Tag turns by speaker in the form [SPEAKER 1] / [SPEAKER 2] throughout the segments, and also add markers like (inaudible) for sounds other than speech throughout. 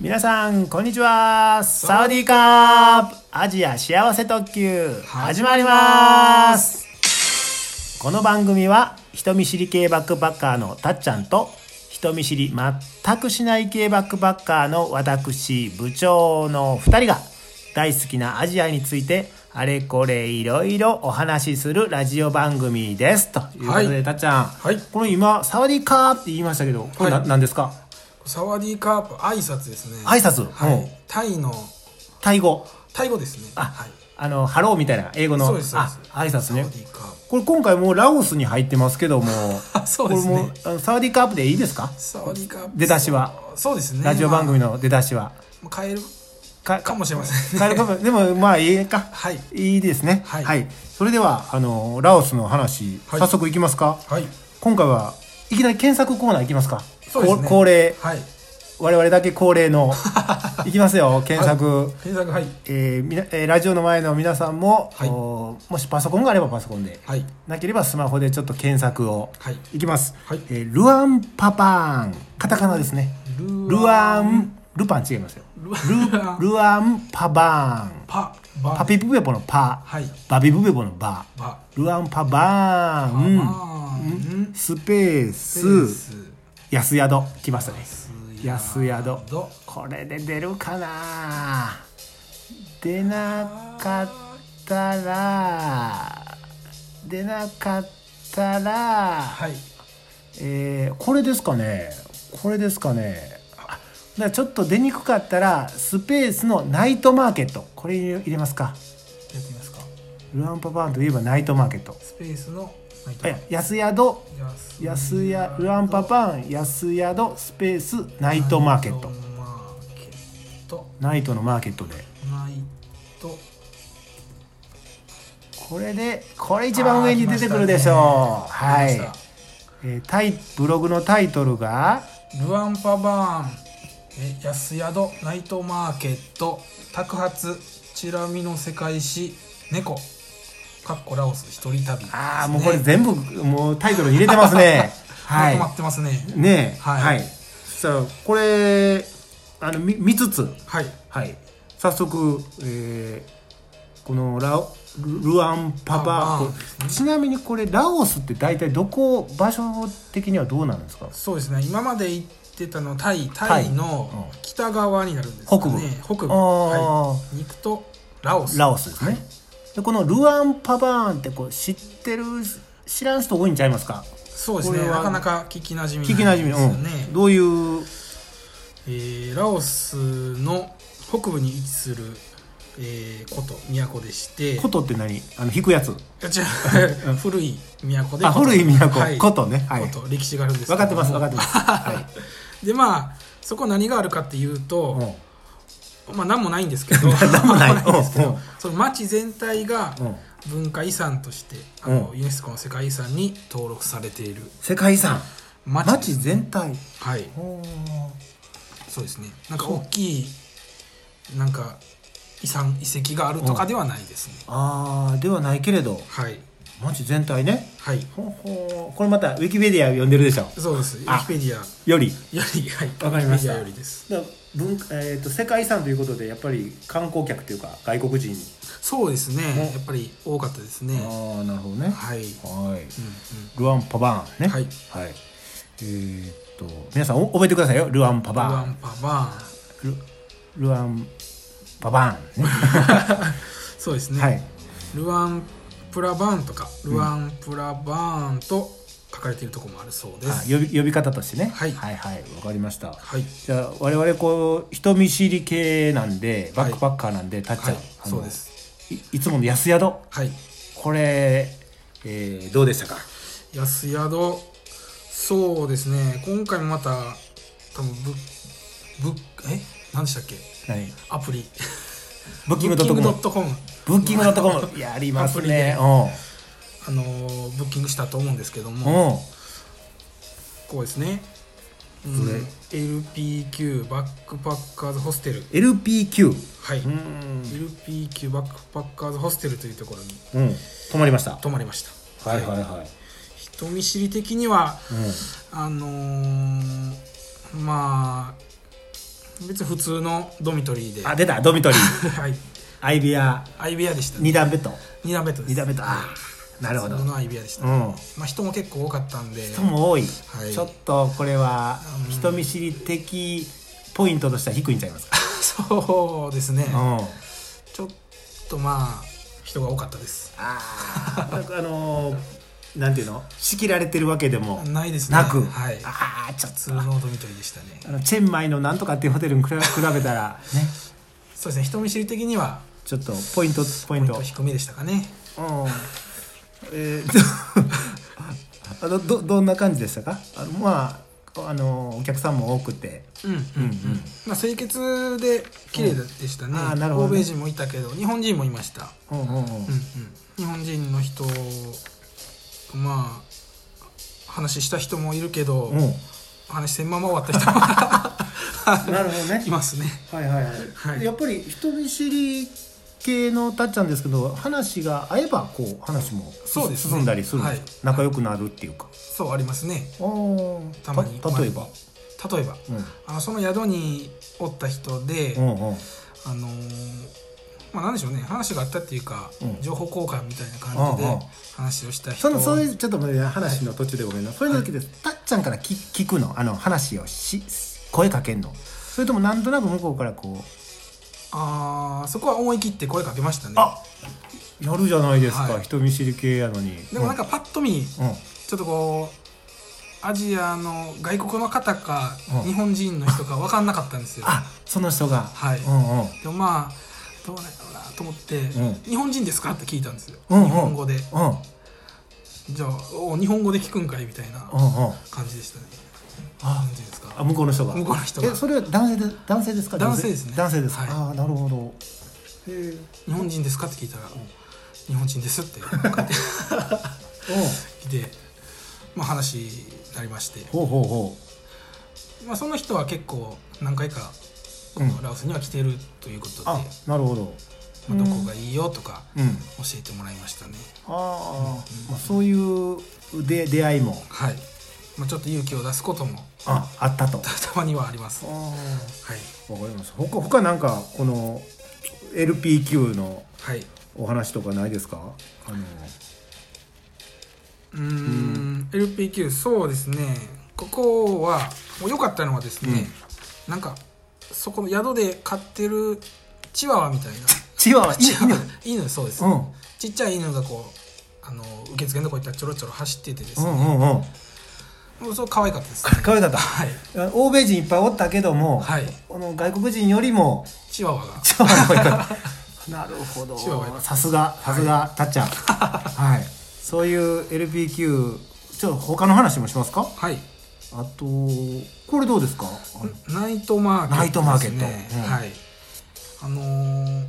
[SPEAKER 1] 皆さんこんにちはサウディーカーアジア幸せ特急始まりますこの番組は人見知り系バックパッカーのたっちゃんと人見知り全くしない系バックパッカーの私部長の2人が大好きなアジアについてあれこれいろいろお話しするラジオ番組ですということで、
[SPEAKER 2] はい
[SPEAKER 1] たっちゃん、
[SPEAKER 2] はい
[SPEAKER 1] この今「サワディーカー」って言いましたけどこれな
[SPEAKER 2] はい
[SPEAKER 1] 何、ですか
[SPEAKER 2] サワディーカープ挨拶ですね
[SPEAKER 1] 挨拶
[SPEAKER 2] はい、
[SPEAKER 1] うん
[SPEAKER 2] タイの
[SPEAKER 1] タイ語
[SPEAKER 2] タイ語ですね
[SPEAKER 1] あ、
[SPEAKER 2] はい
[SPEAKER 1] あの、ハローみたいな英語の、
[SPEAKER 2] そうですそうで
[SPEAKER 1] あ
[SPEAKER 2] す、
[SPEAKER 1] 挨拶ね
[SPEAKER 2] サワ。ディーカープ
[SPEAKER 1] これ今回もうラオスに入ってますけども、
[SPEAKER 2] あ (laughs) そうですね
[SPEAKER 1] これもうあのサワディーカープでいいですか
[SPEAKER 2] サワディーカープ
[SPEAKER 1] 出だしは
[SPEAKER 2] そうそうですね
[SPEAKER 1] ラジオ番組の出だしは。
[SPEAKER 2] まあ変える
[SPEAKER 1] か
[SPEAKER 2] かもしれませんね
[SPEAKER 1] かかかもでもまあいいか。
[SPEAKER 2] はい
[SPEAKER 1] いいですね。
[SPEAKER 2] はい
[SPEAKER 1] それでは、あの、ラオスの話、
[SPEAKER 2] はい
[SPEAKER 1] 早速いきますか。
[SPEAKER 2] (laughs) はい
[SPEAKER 1] 今回はいきなり検索コーナーいきますか。
[SPEAKER 2] そうです
[SPEAKER 1] こ
[SPEAKER 2] ね
[SPEAKER 1] 恒例、
[SPEAKER 2] はい
[SPEAKER 1] 我々だけ恒例
[SPEAKER 2] (laughs)
[SPEAKER 1] の、いきますよ、検索。
[SPEAKER 2] 検索はい
[SPEAKER 1] えーみなえーラジオの前の皆さんも、
[SPEAKER 2] はい
[SPEAKER 1] おーもしパソコンがあればパソコンで、
[SPEAKER 2] はい
[SPEAKER 1] なければスマホでちょっと検索を、
[SPEAKER 2] はい
[SPEAKER 1] いきます、
[SPEAKER 2] はい
[SPEAKER 1] えールアンパパーンカタカナですね
[SPEAKER 2] ル
[SPEAKER 1] ルアンルパン違いますよ
[SPEAKER 2] ル
[SPEAKER 1] ルルアンパバーン
[SPEAKER 2] パバ
[SPEAKER 1] パピプペポのパ、
[SPEAKER 2] はい
[SPEAKER 1] バビブペポのバ
[SPEAKER 2] バ
[SPEAKER 1] ルアンパバーン
[SPEAKER 2] あーん
[SPEAKER 1] スペース
[SPEAKER 2] ス
[SPEAKER 1] 安宿来ましたね安
[SPEAKER 2] 安宿
[SPEAKER 1] 宿これで出るかな出なかったら出なかったら、
[SPEAKER 2] はい
[SPEAKER 1] えーこれですかねこれですかねあだからちょっと出にくかったらスペースのナイトマーケットこれ入れ入れますか
[SPEAKER 2] やってみますか
[SPEAKER 1] ルアンパパーンといえばナイトマーケット
[SPEAKER 2] スペースのナイト
[SPEAKER 1] あいや安宿
[SPEAKER 2] や
[SPEAKER 1] 安やルアンパパーン安宿スペースナイトマーケット
[SPEAKER 2] ナイトマーケット
[SPEAKER 1] ナイトのマーケットで
[SPEAKER 2] ナイト
[SPEAKER 1] これでこれ一番上に出てくるでしょう
[SPEAKER 2] あ
[SPEAKER 1] は
[SPEAKER 2] ー
[SPEAKER 1] い
[SPEAKER 2] 来ましたね来まし
[SPEAKER 1] えータイブログのタイトルが
[SPEAKER 2] たルアンパバーンえ安宿ナイトマーケット宅発チラミの世界史猫かっこラオス一人旅、
[SPEAKER 1] ああもうこれ全部もうタイトルに入れてます
[SPEAKER 2] (laughs)
[SPEAKER 1] ねは
[SPEAKER 2] はいいまとまってますね
[SPEAKER 1] ねえ
[SPEAKER 2] はい
[SPEAKER 1] さあこれあの見見つつ
[SPEAKER 2] はい
[SPEAKER 1] はい早速、えーこのラオルルアンパパ
[SPEAKER 2] パ
[SPEAKER 1] ー
[SPEAKER 2] パーン
[SPEAKER 1] こ
[SPEAKER 2] です
[SPEAKER 1] れちなみにこれラオスって大体どこ場所的にはどうなんですか
[SPEAKER 2] そうですね今まで行ってたのはタイタイの
[SPEAKER 1] うん
[SPEAKER 2] 北側になるんですかね
[SPEAKER 1] 北部
[SPEAKER 2] 北
[SPEAKER 1] あー
[SPEAKER 2] 部はい肉とラオス
[SPEAKER 1] ラオスですね、でこのルアンパバーンってこう知ってる知らん人多いんちゃいますか
[SPEAKER 2] そうです
[SPEAKER 1] こ
[SPEAKER 2] ね
[SPEAKER 1] れは
[SPEAKER 2] なかなか聞きなじみ
[SPEAKER 1] 聞きなじみ、
[SPEAKER 2] ないです
[SPEAKER 1] う
[SPEAKER 2] よ
[SPEAKER 1] ん、どういう
[SPEAKER 2] えーラオスの北部に位置する、えー、古都都でして
[SPEAKER 1] ことって何あの引くやつ
[SPEAKER 2] いや違う古い都で
[SPEAKER 1] あ古い都
[SPEAKER 2] はい
[SPEAKER 1] ことねはい
[SPEAKER 2] 古都歴史があるんです
[SPEAKER 1] 分かってます分かって
[SPEAKER 2] (laughs)
[SPEAKER 1] てます、は
[SPEAKER 2] でまあそこ何があるかっていう
[SPEAKER 1] い、
[SPEAKER 2] と、
[SPEAKER 1] も
[SPEAKER 2] まあ何もないんですけど
[SPEAKER 1] (laughs) 何も
[SPEAKER 2] (laughs)
[SPEAKER 1] ない
[SPEAKER 2] 何んですけ
[SPEAKER 1] うんう
[SPEAKER 2] ど
[SPEAKER 1] ん
[SPEAKER 2] その町全体が
[SPEAKER 1] うん
[SPEAKER 2] 文化遺産としてあの
[SPEAKER 1] う
[SPEAKER 2] ユネスコの世界遺産に登録されている
[SPEAKER 1] う世界遺産
[SPEAKER 2] 町
[SPEAKER 1] 街全体
[SPEAKER 2] はいそうですねなんか大きいなんか遺産遺跡があるとかではないですね、
[SPEAKER 1] ああではないけれど
[SPEAKER 2] はい
[SPEAKER 1] 街全体ね
[SPEAKER 2] はい
[SPEAKER 1] ほうほうこれまたウィキペディア読んでるでしょ
[SPEAKER 2] そうですウ
[SPEAKER 1] あ
[SPEAKER 2] ィキペディアよ
[SPEAKER 1] より
[SPEAKER 2] りはいウ
[SPEAKER 1] わかりま
[SPEAKER 2] ィキ
[SPEAKER 1] し
[SPEAKER 2] ペ
[SPEAKER 1] た
[SPEAKER 2] ディアよりです
[SPEAKER 1] だから文化えー、と世界遺産ということでやっぱり観光客というか外国人、
[SPEAKER 2] そうですね
[SPEAKER 1] ね
[SPEAKER 2] やっぱり多かったですね
[SPEAKER 1] ああなるほどね
[SPEAKER 2] はい、うん
[SPEAKER 1] はい
[SPEAKER 2] うん、
[SPEAKER 1] ルアンパバーンね
[SPEAKER 2] はい
[SPEAKER 1] えーっと皆さんお覚えてくださいよルアンパ
[SPEAKER 2] ルア
[SPEAKER 1] バーン
[SPEAKER 2] ンパバーン
[SPEAKER 1] ルルアンパバーン
[SPEAKER 2] (laughs)
[SPEAKER 1] ね
[SPEAKER 2] そうですね、
[SPEAKER 1] はい
[SPEAKER 2] ルアンプラバーンとかルアンプラバーンと書かれているところもあるそうで
[SPEAKER 1] あ
[SPEAKER 2] す、
[SPEAKER 1] 呼び呼び方としてね
[SPEAKER 2] はい
[SPEAKER 1] はいはいわかりました
[SPEAKER 2] はい
[SPEAKER 1] じゃあ我々こう人見知り系なんでバ
[SPEAKER 2] はい
[SPEAKER 1] ックパッカーなんでたっちゃ
[SPEAKER 2] は
[SPEAKER 1] ん、
[SPEAKER 2] い
[SPEAKER 1] あの
[SPEAKER 2] そうです
[SPEAKER 1] いいつもの安宿
[SPEAKER 2] はい
[SPEAKER 1] これ、えーどうでしたか
[SPEAKER 2] 安宿そうですね今回もまた多分ぶぶえ何でしたっけ
[SPEAKER 1] 何
[SPEAKER 2] アプリ
[SPEAKER 1] ブッキングドットコム
[SPEAKER 2] トコム
[SPEAKER 1] ブッキングドットコムやりますね
[SPEAKER 2] あのーブッキングしたと思うんですけど
[SPEAKER 1] うんう
[SPEAKER 2] も
[SPEAKER 1] ん
[SPEAKER 2] こうですね、うん
[SPEAKER 1] それ
[SPEAKER 2] LPQ バックパッカーズホステル
[SPEAKER 1] LPQ
[SPEAKER 2] はい、
[SPEAKER 1] うん、
[SPEAKER 2] LPQ バックパッカーズホステルというところに
[SPEAKER 1] うん、泊まりました
[SPEAKER 2] 泊まりました
[SPEAKER 1] はいはいはい、
[SPEAKER 2] 人見知り的には
[SPEAKER 1] うん
[SPEAKER 2] あのーまあ別に普通のドミトリーで
[SPEAKER 1] あ出たドミトリー
[SPEAKER 2] (laughs) はい
[SPEAKER 1] アイビア
[SPEAKER 2] 相部屋でした
[SPEAKER 1] 二段ベッド
[SPEAKER 2] 二段ベッドです
[SPEAKER 1] 二段ベッドあーなるほど
[SPEAKER 2] 普通の相部屋でした、
[SPEAKER 1] うん
[SPEAKER 2] まあ人も結構多かったんで
[SPEAKER 1] 人も多い、
[SPEAKER 2] い
[SPEAKER 1] ちょっとこれは人見知り的ポイントとしては低いんちゃいます (laughs) か、
[SPEAKER 2] (laughs) そうですね
[SPEAKER 1] うん
[SPEAKER 2] ちょっとまあ人が多かったです
[SPEAKER 1] あーなんかあのーなんていうの仕切られてるわけでも
[SPEAKER 2] ないですね
[SPEAKER 1] なく、
[SPEAKER 2] はい
[SPEAKER 1] ああちょっ
[SPEAKER 2] 普通
[SPEAKER 1] と
[SPEAKER 2] のドミトリーでしたね
[SPEAKER 1] あのチェンマイのなんとかっていうホテルに (laughs) 比べ比べたらね
[SPEAKER 2] そうですね人見知り的には
[SPEAKER 1] ちょっとポイントポ
[SPEAKER 2] ポ
[SPEAKER 1] イ
[SPEAKER 2] イ
[SPEAKER 1] ン
[SPEAKER 2] ン
[SPEAKER 1] ト
[SPEAKER 2] ト低めでしたかね
[SPEAKER 1] うんえー (laughs) あのどどんな感じでしたかあのまああのお客さんも多くて
[SPEAKER 2] うんうん
[SPEAKER 1] うんうん
[SPEAKER 2] まあ清潔で綺麗でしたね,、
[SPEAKER 1] うんあーなるほどね
[SPEAKER 2] 欧米人もいたけど日本人もいました、
[SPEAKER 1] うんうんうん
[SPEAKER 2] うんうん、日本人の人まあ話した人もいるけど、
[SPEAKER 1] うん
[SPEAKER 2] 話せんまま終わった人も (laughs)
[SPEAKER 1] (laughs) なるほどね
[SPEAKER 2] いますね
[SPEAKER 1] はいはいは、
[SPEAKER 2] はいい
[SPEAKER 1] やっぱり人見知り系のたっちゃんですけど話が合えばこう話も
[SPEAKER 2] そうですね
[SPEAKER 1] 進んだりするんです、
[SPEAKER 2] はい
[SPEAKER 1] 仲良くなるっていうか
[SPEAKER 2] そうありますね
[SPEAKER 1] あー
[SPEAKER 2] たまに
[SPEAKER 1] 例えば、
[SPEAKER 2] 例えばあのその宿におった人で、
[SPEAKER 1] うん、うんうん
[SPEAKER 2] あのーまあ、なんでしょうね話があったっていうか、
[SPEAKER 1] うん
[SPEAKER 2] 情報交換みたいな感じ
[SPEAKER 1] うんう
[SPEAKER 2] で
[SPEAKER 1] ん
[SPEAKER 2] 話をした人
[SPEAKER 1] そのそういうちょっと待って話の途中でごめんな、そういう時です、たっちゃんから聞聞くのあの話をし声かけんのそれともなんとなく向こうからこう
[SPEAKER 2] あーそこは思い切って声かけましたね
[SPEAKER 1] あやるじゃないですか、
[SPEAKER 2] はい
[SPEAKER 1] 人見知り系やのに
[SPEAKER 2] でもなんかパッと見、
[SPEAKER 1] うん、うん
[SPEAKER 2] ちょっとこうアジアの外国の方か、
[SPEAKER 1] うん
[SPEAKER 2] 日本人の人か分かんなかったんですよ
[SPEAKER 1] あその人が
[SPEAKER 2] はい
[SPEAKER 1] うんうん
[SPEAKER 2] でもまあどうなんやろうなと思って、
[SPEAKER 1] うん
[SPEAKER 2] 日本人ですか?」って聞いたんですよ、
[SPEAKER 1] うんうん
[SPEAKER 2] 日本語で
[SPEAKER 1] うんうん
[SPEAKER 2] じゃあお日本語で聞くんかいみたいな
[SPEAKER 1] うん
[SPEAKER 2] 感じでしたね
[SPEAKER 1] あ
[SPEAKER 2] 日本人です
[SPEAKER 1] あ
[SPEAKER 2] か
[SPEAKER 1] 向こうの人が
[SPEAKER 2] 向こうの人が
[SPEAKER 1] えそれは男性で男性ですか
[SPEAKER 2] 男性ですね
[SPEAKER 1] 男性ですか、
[SPEAKER 2] はい
[SPEAKER 1] ああなるほどへえ
[SPEAKER 2] 日本人ですか?」って聞いたら「日本人で
[SPEAKER 1] (laughs)
[SPEAKER 2] す」って返ってきて、まあ、話になりまして、
[SPEAKER 1] ほうほうほ
[SPEAKER 2] まあ、その人は結構何回か
[SPEAKER 1] う、うん、
[SPEAKER 2] ラオスには来てるということで、
[SPEAKER 1] あなるほど
[SPEAKER 2] まあ、どこがいいよとか
[SPEAKER 1] うん
[SPEAKER 2] 教えてもらいましたね、
[SPEAKER 1] ああ、まあ、そういう出出会いも
[SPEAKER 2] はい、まあ、ちょっと勇気を出すことも
[SPEAKER 1] ああったとあ
[SPEAKER 2] たまにはあります、はい、
[SPEAKER 1] あわかりますほか他なんかこの LPQ の
[SPEAKER 2] はい、う
[SPEAKER 1] お話とかないですかあの
[SPEAKER 2] ーん LPQ そうですねここはもう良かったのはですね、なんかそこの宿で飼ってるチワワみたいな
[SPEAKER 1] チワワ
[SPEAKER 2] チワワ
[SPEAKER 1] いい
[SPEAKER 2] 犬そうです、
[SPEAKER 1] うん
[SPEAKER 2] ちっちゃい犬がこうあの受付のとこ行ったらちょろちょろ走っててです
[SPEAKER 1] う
[SPEAKER 2] ね、
[SPEAKER 1] んうんうん
[SPEAKER 2] もうそう可愛かったです、ね、
[SPEAKER 1] かわいかった
[SPEAKER 2] はい
[SPEAKER 1] あ (laughs) 欧米人いっぱいおったけども、
[SPEAKER 2] はい
[SPEAKER 1] この外国人よりも
[SPEAKER 2] チワワが
[SPEAKER 1] チワワの方がいいかなるほど
[SPEAKER 2] チワワいいか
[SPEAKER 1] さすがさすがたっち (laughs) ゃんはいそういう LPQ ちょっと他の話もしますか
[SPEAKER 2] はい
[SPEAKER 1] あとこれどうですかあの
[SPEAKER 2] ナイトマーケット、ですね
[SPEAKER 1] ナイトマーケットうん
[SPEAKER 2] はいあのー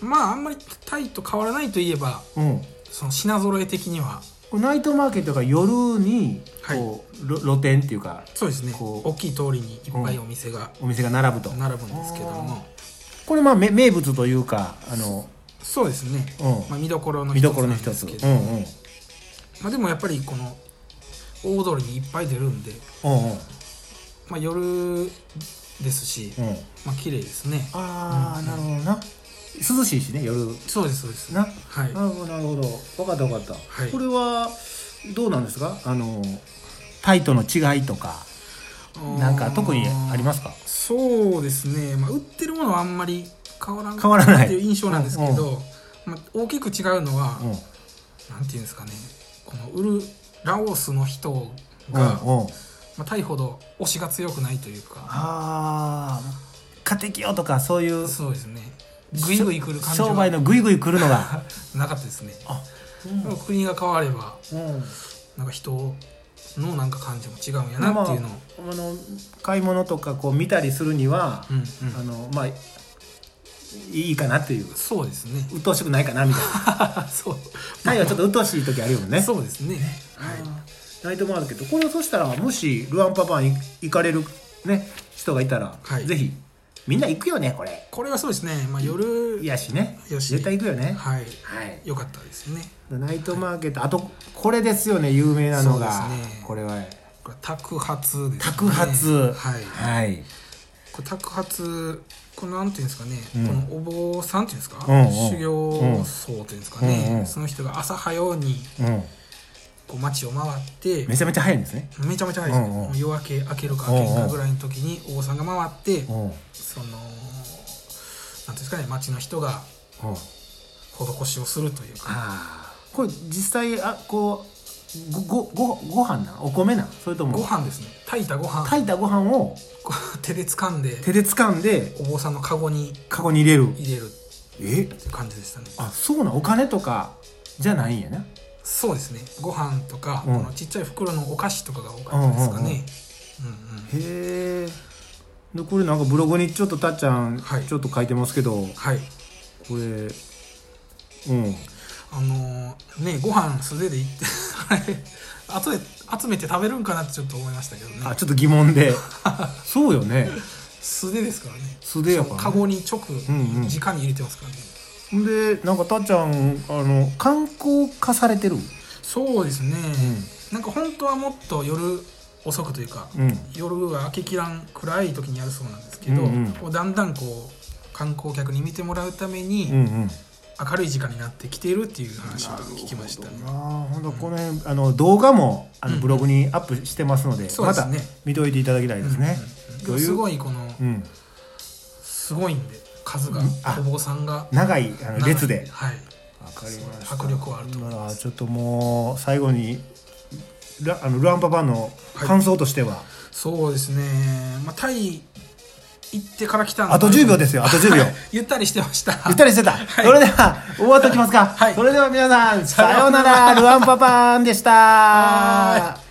[SPEAKER 2] まああんまりタイと変わらないといえば
[SPEAKER 1] うん
[SPEAKER 2] その品揃え的には
[SPEAKER 1] これナイトマーケットが夜にこう、ろ露店っていうか
[SPEAKER 2] そうですね
[SPEAKER 1] こう
[SPEAKER 2] 大きい通りにいっぱいお店が
[SPEAKER 1] お店が並ぶと
[SPEAKER 2] 並ぶんですけども、
[SPEAKER 1] これまあめ名物というかあの、
[SPEAKER 2] そうですね、
[SPEAKER 1] うん
[SPEAKER 2] まあ、見どころの
[SPEAKER 1] 見
[SPEAKER 2] 一つ
[SPEAKER 1] どころ
[SPEAKER 2] な
[SPEAKER 1] の
[SPEAKER 2] ん
[SPEAKER 1] 一
[SPEAKER 2] で
[SPEAKER 1] つ
[SPEAKER 2] す
[SPEAKER 1] う
[SPEAKER 2] けど、
[SPEAKER 1] んうん
[SPEAKER 2] まあ、でもやっぱりこの大通りにいっぱい出るんで、
[SPEAKER 1] うんうん
[SPEAKER 2] まあ、夜ですし、
[SPEAKER 1] うん
[SPEAKER 2] まあ綺麗ですね
[SPEAKER 1] ああ、なるほどな涼しいしね夜
[SPEAKER 2] そうですそうです
[SPEAKER 1] な
[SPEAKER 2] はい
[SPEAKER 1] なるほどなるほど分かった分かった、
[SPEAKER 2] はい
[SPEAKER 1] これはどうなんですかあのタイとの違いとかなんか特にありますか
[SPEAKER 2] そうですね、まあ、売ってるものはあんまり変わらん
[SPEAKER 1] 変わらない
[SPEAKER 2] っていう印象なんですけど、まあ、大きく違うのは、
[SPEAKER 1] うん
[SPEAKER 2] なんていうんですかねこの売るラオスの人
[SPEAKER 1] う
[SPEAKER 2] が、ま
[SPEAKER 1] んうん
[SPEAKER 2] あ、タイほど推しが強くないというか
[SPEAKER 1] ああ買ってきようとかそういう
[SPEAKER 2] そうですねグイグイ来る感じは
[SPEAKER 1] 商売のグイグイ来るの
[SPEAKER 2] (laughs)
[SPEAKER 1] が
[SPEAKER 2] なかったですね
[SPEAKER 1] あ
[SPEAKER 2] でも国が変われば
[SPEAKER 1] うん
[SPEAKER 2] なんか人のなんか感じも違うんや
[SPEAKER 1] まあ
[SPEAKER 2] なっていうのを、
[SPEAKER 1] あの買い物とかこう見たりするには、
[SPEAKER 2] うんうん
[SPEAKER 1] あのまあいいかなっていう
[SPEAKER 2] そうで
[SPEAKER 1] (laughs)
[SPEAKER 2] すね
[SPEAKER 1] 鬱陶しくないかなみたい
[SPEAKER 2] (laughs)
[SPEAKER 1] な
[SPEAKER 2] そう
[SPEAKER 1] タイはちょっと鬱陶しい時あるよね
[SPEAKER 2] そうですねはい
[SPEAKER 1] ナイトマーケットこれをそしたらもしルアンパパン行かれるね人がいたら、
[SPEAKER 2] はい
[SPEAKER 1] ぜひみんな行くよねこれ
[SPEAKER 2] これはそうですね、まあ、夜
[SPEAKER 1] いやしね
[SPEAKER 2] よし
[SPEAKER 1] 絶対行くよね
[SPEAKER 2] はい
[SPEAKER 1] はい
[SPEAKER 2] 良かったですね
[SPEAKER 1] ナイトマーケット、あとこれですよね有名なのが、
[SPEAKER 2] そうですね
[SPEAKER 1] これは
[SPEAKER 2] これは宅発ですね
[SPEAKER 1] 宅発
[SPEAKER 2] はい
[SPEAKER 1] はい、
[SPEAKER 2] これ托発このなんていうんですかね、
[SPEAKER 1] うん
[SPEAKER 2] このお坊さんっていうんですか、
[SPEAKER 1] うんうん
[SPEAKER 2] 修行僧っていうんですかね、
[SPEAKER 1] うんうん
[SPEAKER 2] その人が朝早うに
[SPEAKER 1] うん、
[SPEAKER 2] こう街を回って
[SPEAKER 1] めちゃめちゃ早いんですね。
[SPEAKER 2] めちゃめちゃ早いで
[SPEAKER 1] う
[SPEAKER 2] すね、
[SPEAKER 1] んうん
[SPEAKER 2] もう夜明け明けるか明けんかぐらいの時にお坊さんが回って、
[SPEAKER 1] うん、うん、
[SPEAKER 2] そのなんていうんですかね町の人が施しをするというか
[SPEAKER 1] あーこれ実際あこうごごごご飯なんお米なんそれとも
[SPEAKER 2] ご飯ですね炊いたご飯
[SPEAKER 1] 炊いたご飯を
[SPEAKER 2] こう手で掴んで
[SPEAKER 1] 手で掴んで
[SPEAKER 2] お坊さんのカゴに
[SPEAKER 1] カゴに入れる。
[SPEAKER 2] 入れる
[SPEAKER 1] え
[SPEAKER 2] って感じでしたね
[SPEAKER 1] あそうなんお金とかじゃないんやな。
[SPEAKER 2] そうですねご飯とか、
[SPEAKER 1] うん
[SPEAKER 2] このちっちゃい袋のお菓子とかが多かったですかねうんうん
[SPEAKER 1] へえでこれなんかブログにちょっとたっちゃん、
[SPEAKER 2] はい
[SPEAKER 1] ちょっと書いてますけど
[SPEAKER 2] はい
[SPEAKER 1] これうん
[SPEAKER 2] あのーねご飯素手でいって (laughs) あれ後で集めて食べるんかなってちょっと思いましたけど
[SPEAKER 1] あ
[SPEAKER 2] ね
[SPEAKER 1] ちょっと疑問
[SPEAKER 2] (laughs)
[SPEAKER 1] でそうよね
[SPEAKER 2] 素手ですからね
[SPEAKER 1] 素手やから、ね、
[SPEAKER 2] カゴに直、
[SPEAKER 1] んうん
[SPEAKER 2] 直に入れてますからね
[SPEAKER 1] でなんかたっちゃんあの観光化されてる
[SPEAKER 2] そうですね、
[SPEAKER 1] う
[SPEAKER 2] なんか本当はもっと夜遅くというか、
[SPEAKER 1] うん
[SPEAKER 2] 夜は明けきらん暗い時にやるそうなんですけど、
[SPEAKER 1] うんうん
[SPEAKER 2] こうだんだんこう観光客に見てもらうため
[SPEAKER 1] う
[SPEAKER 2] に
[SPEAKER 1] んうん
[SPEAKER 2] 明るい時間になってきているっていう話を聞きましたね。
[SPEAKER 1] ああほんとこの辺あの動画もあのブログにアップしてますので、
[SPEAKER 2] そう
[SPEAKER 1] ま
[SPEAKER 2] です
[SPEAKER 1] た
[SPEAKER 2] ね
[SPEAKER 1] 見といていただきたいですね、
[SPEAKER 2] うんうん
[SPEAKER 1] とい
[SPEAKER 2] す
[SPEAKER 1] う
[SPEAKER 2] ごいこの
[SPEAKER 1] うん、
[SPEAKER 2] すごいんで数が
[SPEAKER 1] うんあ
[SPEAKER 2] お坊さんが
[SPEAKER 1] 長いあの列で
[SPEAKER 2] はい
[SPEAKER 1] わか
[SPEAKER 2] りました迫力はあると思います
[SPEAKER 1] ちょっともう最後にラあのルアンパパの感想としては、
[SPEAKER 2] そうですねまあタイ行ってから来たん
[SPEAKER 1] あと10秒ですすよあと10秒
[SPEAKER 2] (laughs) ゆったりしてました
[SPEAKER 1] ゆったりしてた、それでは終わっときますか、
[SPEAKER 2] はい
[SPEAKER 1] それでは皆さんさ
[SPEAKER 2] さ
[SPEAKER 1] よ
[SPEAKER 2] よ
[SPEAKER 1] う
[SPEAKER 2] う
[SPEAKER 1] なら
[SPEAKER 2] な
[SPEAKER 1] ルアンパパンでした
[SPEAKER 2] は